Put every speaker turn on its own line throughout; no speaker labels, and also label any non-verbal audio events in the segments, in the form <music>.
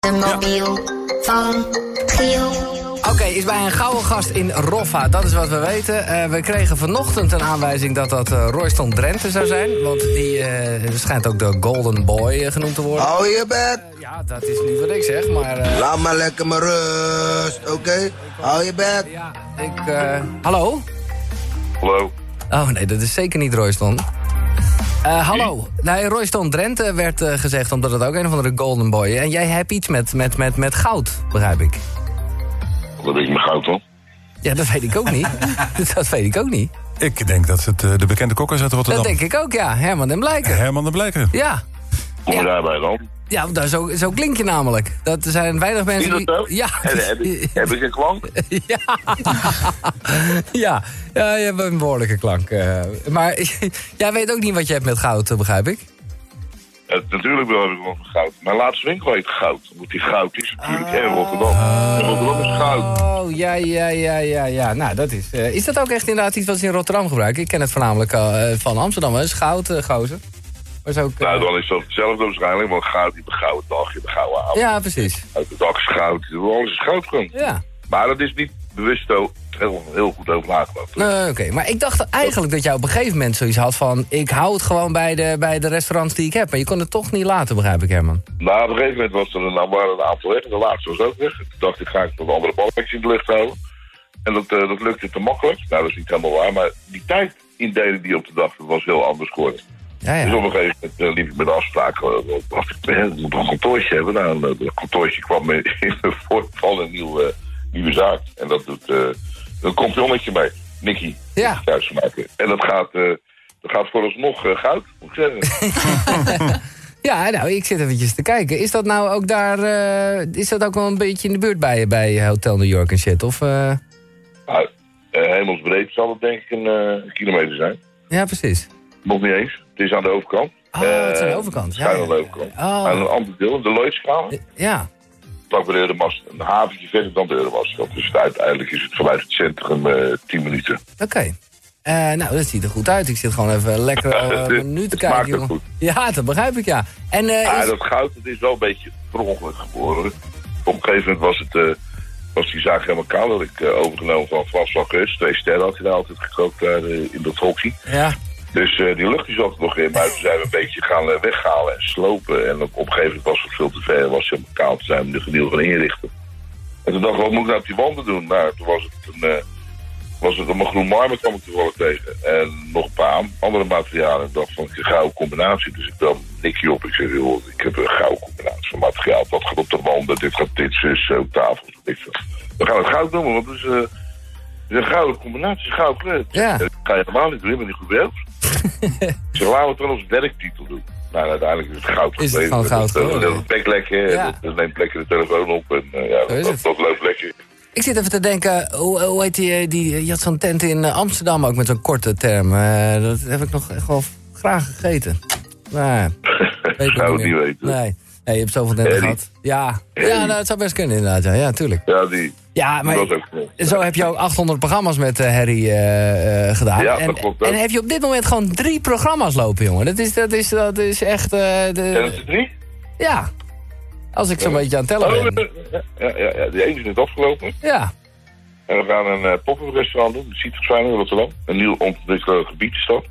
De mobiel van Giel.
Oké, is bij een gouden gast in Roffa. Dat is wat we weten. Eh, we kregen vanochtend een aanwijzing dat dat eh, Royston Drenthe zou zijn. Want die eh, schijnt ook de Golden Boy eh, genoemd te worden.
Hou je bek.
Ja, dat is niet wat ik zeg, maar... eh,
Laat maar lekker mijn rust, oké? Hou je bek.
ja, ik... eh, hallo?
Hallo.
Oh nee, dat is zeker niet Royston. Eh, hallo. Nee, Royston Drenthe werd eh, gezegd omdat het ook een of andere Golden Boy... En jij hebt iets met, met, met, met goud, begrijp ik.
Dat weet ik me goud al.
Ja, dat weet ik ook niet. <laughs> dat weet ik ook niet.
Ik denk dat het eh, de bekende kok is uit Rotterdam.
Dat denk ik ook, ja. Herman en Blijker.
Herman de Blijker.
Ja.
Kom
Ja.
maar daarbij dan.
Ja, nou, zo, zo klink je namelijk. Dat er zijn weinig mensen
Is dat zo?
die... Ja,
Heb, heb, ik, heb ik een klank?
<laughs> ja, ja, je hebt een behoorlijke klank. eh. maar <laughs> jij weet ook niet wat je hebt met goud, eh, begrijp ik?
Ja, Eh, natuurlijk wel heb ik wel van goud. Mijn laatste winkel heet goud. Moet die goud is natuurlijk in Rotterdam.
Ah.
En Rotterdam is goud.
Oh, ja, ja, ja, ja, ja. Nou, dat is... eh, is dat ook echt inderdaad iets wat ze in Rotterdam gebruiken? Ik ken het voornamelijk eh, van Amsterdam, hè. Is goud, eh, gozer. Maar is ook... eh,
Nou, dan is dat hetzelfde waarschijnlijk. Want goud, je hebt een gouden dag, je hebt een gouden avond.
ja, precies.
Uit de dak is goud. Alles is goud gewoon.
Ja.
Maar dat is niet bewust ook heel, heel goed over nagedacht.
Nee, Eh, Oké, maar ik dacht eigenlijk dat jij op een gegeven moment zoiets had van... ik hou het gewoon bij de, bij de restaurants die ik heb. Maar je kon het toch niet laten, begrijp ik, Herman.
Nou, op een gegeven moment was er een, nou, waren er een aantal weg. De laatste was ook weg. Toen dacht ik, ga ik nog een andere balletjes in de lucht houden. En dat, eh, dat lukte te makkelijk. Nou, dat is niet helemaal waar. Maar die tijdindeling die op de dag was heel anders geworden.
Ja,
Dus
ja.
op een gegeven moment eh, liep ik met de afspraak. eh, want dacht ik, hè, ik moet nog een kantoortje hebben. Nou, en, eh, dat kantoortje kwam in <laughs> de vorm van een nieuwe, eh, nieuwe zaak. En dat doet eh, een compagnonnetje mee. Nicky.
Ja.
die Thuis maken. En dat gaat, eh, dat gaat vooralsnog eh, goud, moet ik zeggen.
Ja, nou, ik zit eventjes te kijken. Is dat nou ook daar... eh, is dat ook wel een beetje in de buurt bij je, bij Hotel New York en shit? Of, eh,
Nou, eh, hemelsbreed zal het denk ik een eh, kilometer zijn.
ja, precies.
Nog niet eens. Het is aan de overkant.
Oh, het is aan de
Eh,
overkant. Ja,
Schuin
ja,
aan de
ja.
overkant.
Oh.
Aan een ander deel, de Loodschaal.
Ja,
Vlak bij de Euromast. Een haventje verder dan de Euromast. Dus het, uiteindelijk is het vanuit het centrum eh 10 minuten.
oké. Eh, nou, dat ziet er goed uit. Ik zit gewoon even
<laughs>
lekker eh,
Het
nu te
smaakt ook
kijken, jongen.
goed.
Ja, dat begrijp ik, ja. En eh,
Ah,
is-
dat goud dat is wel een beetje per ongeluk geboren. Op een gegeven moment was, het, eh, was die zaak helemaal koud. Dat ik eh, overgenomen van Frans van Geus. Twee sterren had hij daar altijd gekookt daar, eh, in dat hockey.
ja,
Dus eh, die lucht is altijd nog in. Maar toen zijn we een beetje gaan eh, weghalen en slopen. En op, op een gegeven moment was het veel te ver. Was helemaal koud. Toen zijn we er gedeeld van inrichten. En toen dacht ik, wat moet ik nou op die wanden doen? Nou, toen was het een... eh, was het een groen marmer kwam ik toevallig tegen. En nog een paar aan- andere materialen. Ik dacht van, ik heb een gouden combinatie. Dus ik bel Nicky op. Ik zeg, joh, ik heb een gouden combinatie van materiaal. Dat gaat op de wanden, dit gaat dit, zus, zo, tafel. Ik zeg, we gaan het goud noemen, want het is, eh, het is een gouden combinatie, het is een gouden kleur.
Ja.
Dat ga je helemaal niet doen, je bent niet goed bezig. Ze laten we het wel als werktitel doen. Nou, uiteindelijk is het goud
Is het gewoon goud
Dat, eh,
geworden?
dat, dat pekt lekker,
Ja.
eh, dat, dat neemt lekker de telefoon op en eh, ja,
Zo is
dat, dat,
het.
dat loopt lekker.
ik zit even te denken, hoe, hoe heet die, eh, die... Je had zo'n tent in eh, Amsterdam ook met zo'n korte term. Eh, dat heb ik nog echt wel graag gegeten. Nou, weet
<laughs>
ik
Zou
ook
het niet
meer.
weten.
Nee. nee, je hebt zoveel tenten
Eddie.
gehad. Ja, ja
Eddie.
nou, het zou best kunnen inderdaad. Ja, ja tuurlijk.
Ja, die,
Ja, maar
dat ook. eh,
zo heb je ook 800 programma's met eh, Harry eh, eh, gedaan.
Ja, dat
en,
klopt ook.
en heb je op dit moment gewoon drie programma's lopen, jongen. Dat is, dat is, dat is echt... eh,
En het
de,
is drie?
ja, als ik zo'n beetje aan het
Oh,
tellen ben.
ja, ja, ja, die ene is net afgelopen.
Ja,
En we gaan een eh pop-up restaurant doen, de Citruswijn in Rotterdam. Een nieuw ontwikkeld gebied is dat.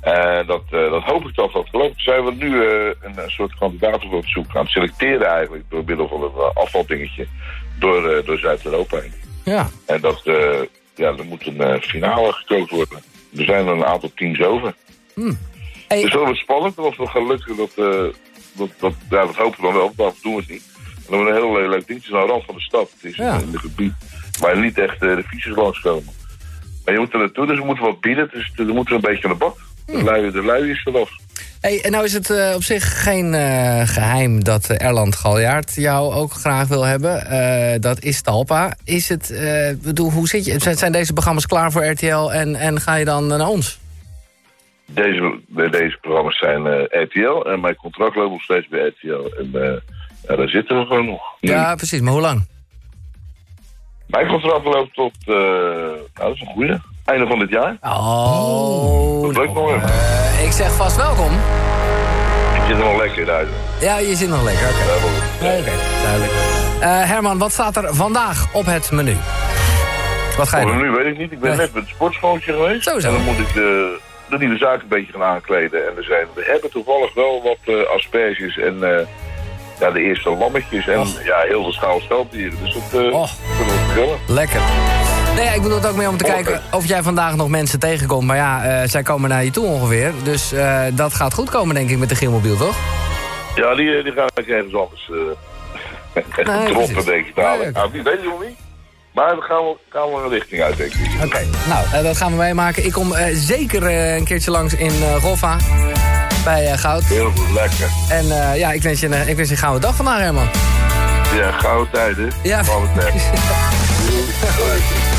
En dat, eh, dat hoop ik dat dat verloopt. Zijn we nu eh, een, eh, soort kandidaat op zoek aan het selecteren eigenlijk door middel van een eh, afvaldingetje door, eh, door Zuid-Europa heen.
ja.
En dat, eh, ja, er moet een eh, finale gekookt worden. Er zijn er een aantal teams over.
Hey,
Dus dat wordt spannend. Of we gaan lukken, dat, eh, dat, dat, ja, dat hopen we dan wel. maar Dat doen we het niet. En dan wordt een heel eh, leuk dingetje aan de rand van de stad. Het is
Ja.
in een gebied waar niet echt eh, de fietsers langskomen. Maar je moet er naartoe, dus we moeten wat bieden. Dus we moeten een beetje aan de bak.
Hmm.
De, lui, de lui is eraf.
hey, en nou is het eh, op zich geen eh, geheim dat eh, Erland Galjaard jou ook graag wil hebben. Eh, dat is Talpa. Is het, eh, bedoel, hoe zit je? Zijn, zijn deze programma's klaar voor RTL en, en ga je dan naar ons?
Deze, de- deze programma's zijn eh, RTL. En mijn contract loopt nog steeds bij RTL. En eh, ja, daar zitten we gewoon nog. Nu.
Ja, precies. Maar hoe lang?
Mijn contract loopt tot, eh, nou dat is een goede. Einde van dit jaar.
Oh,
Dat lukt nog wel.
eh, ik zeg vast welkom.
Ik zit er wel lekker in. Duitsland.
Ja, je zit nog lekker. Oké,
Helemaal goed.
Oké, duidelijk. Eh, Herman, wat staat er vandaag op het menu? Wat ga je
Voor
doen?
nu weet ik niet. Ik ben
Nee.
net met het sportschooltje geweest.
Sowieso.
En dan moet ik de, de nieuwe zaak een beetje gaan aankleden. En er zijn, we hebben toevallig wel wat eh, asperges en eh, ja, de eerste lammetjes. En
Och.
ja, heel veel schaal steldieren. Dus dat eh
Och.
kunnen we vertellen.
Lekker. Nee, Nou ik bedoel het ook mee om te
Morgen.
kijken of jij vandaag nog mensen tegenkomt. Maar ja, eh, zij komen naar je toe ongeveer. Dus eh, dat gaat goed komen, denk ik, met de Gilmobiel, toch?
Ja, die, eh, die gaan ik ergens anders eh <laughs>
Nee, precies.
droppen, denk ik. dadelijk.
Nee, oké.
Nou, die weet ik nog niet. Maar we gaan, wel- gaan wel een richting uit, denk ik.
Oké. Nou, eh, dat gaan we meemaken. Ik kom eh, zeker eh, een keertje langs in eh Rolfa. Bij eh, Goud.
Heel goed, lekker.
En eh, ja, ik wens je een, eh, ik wens je een gouden dag vandaag, Herman.
Ja, gouden tijden.
Ja.
Gouden tijden. Doei. Doei.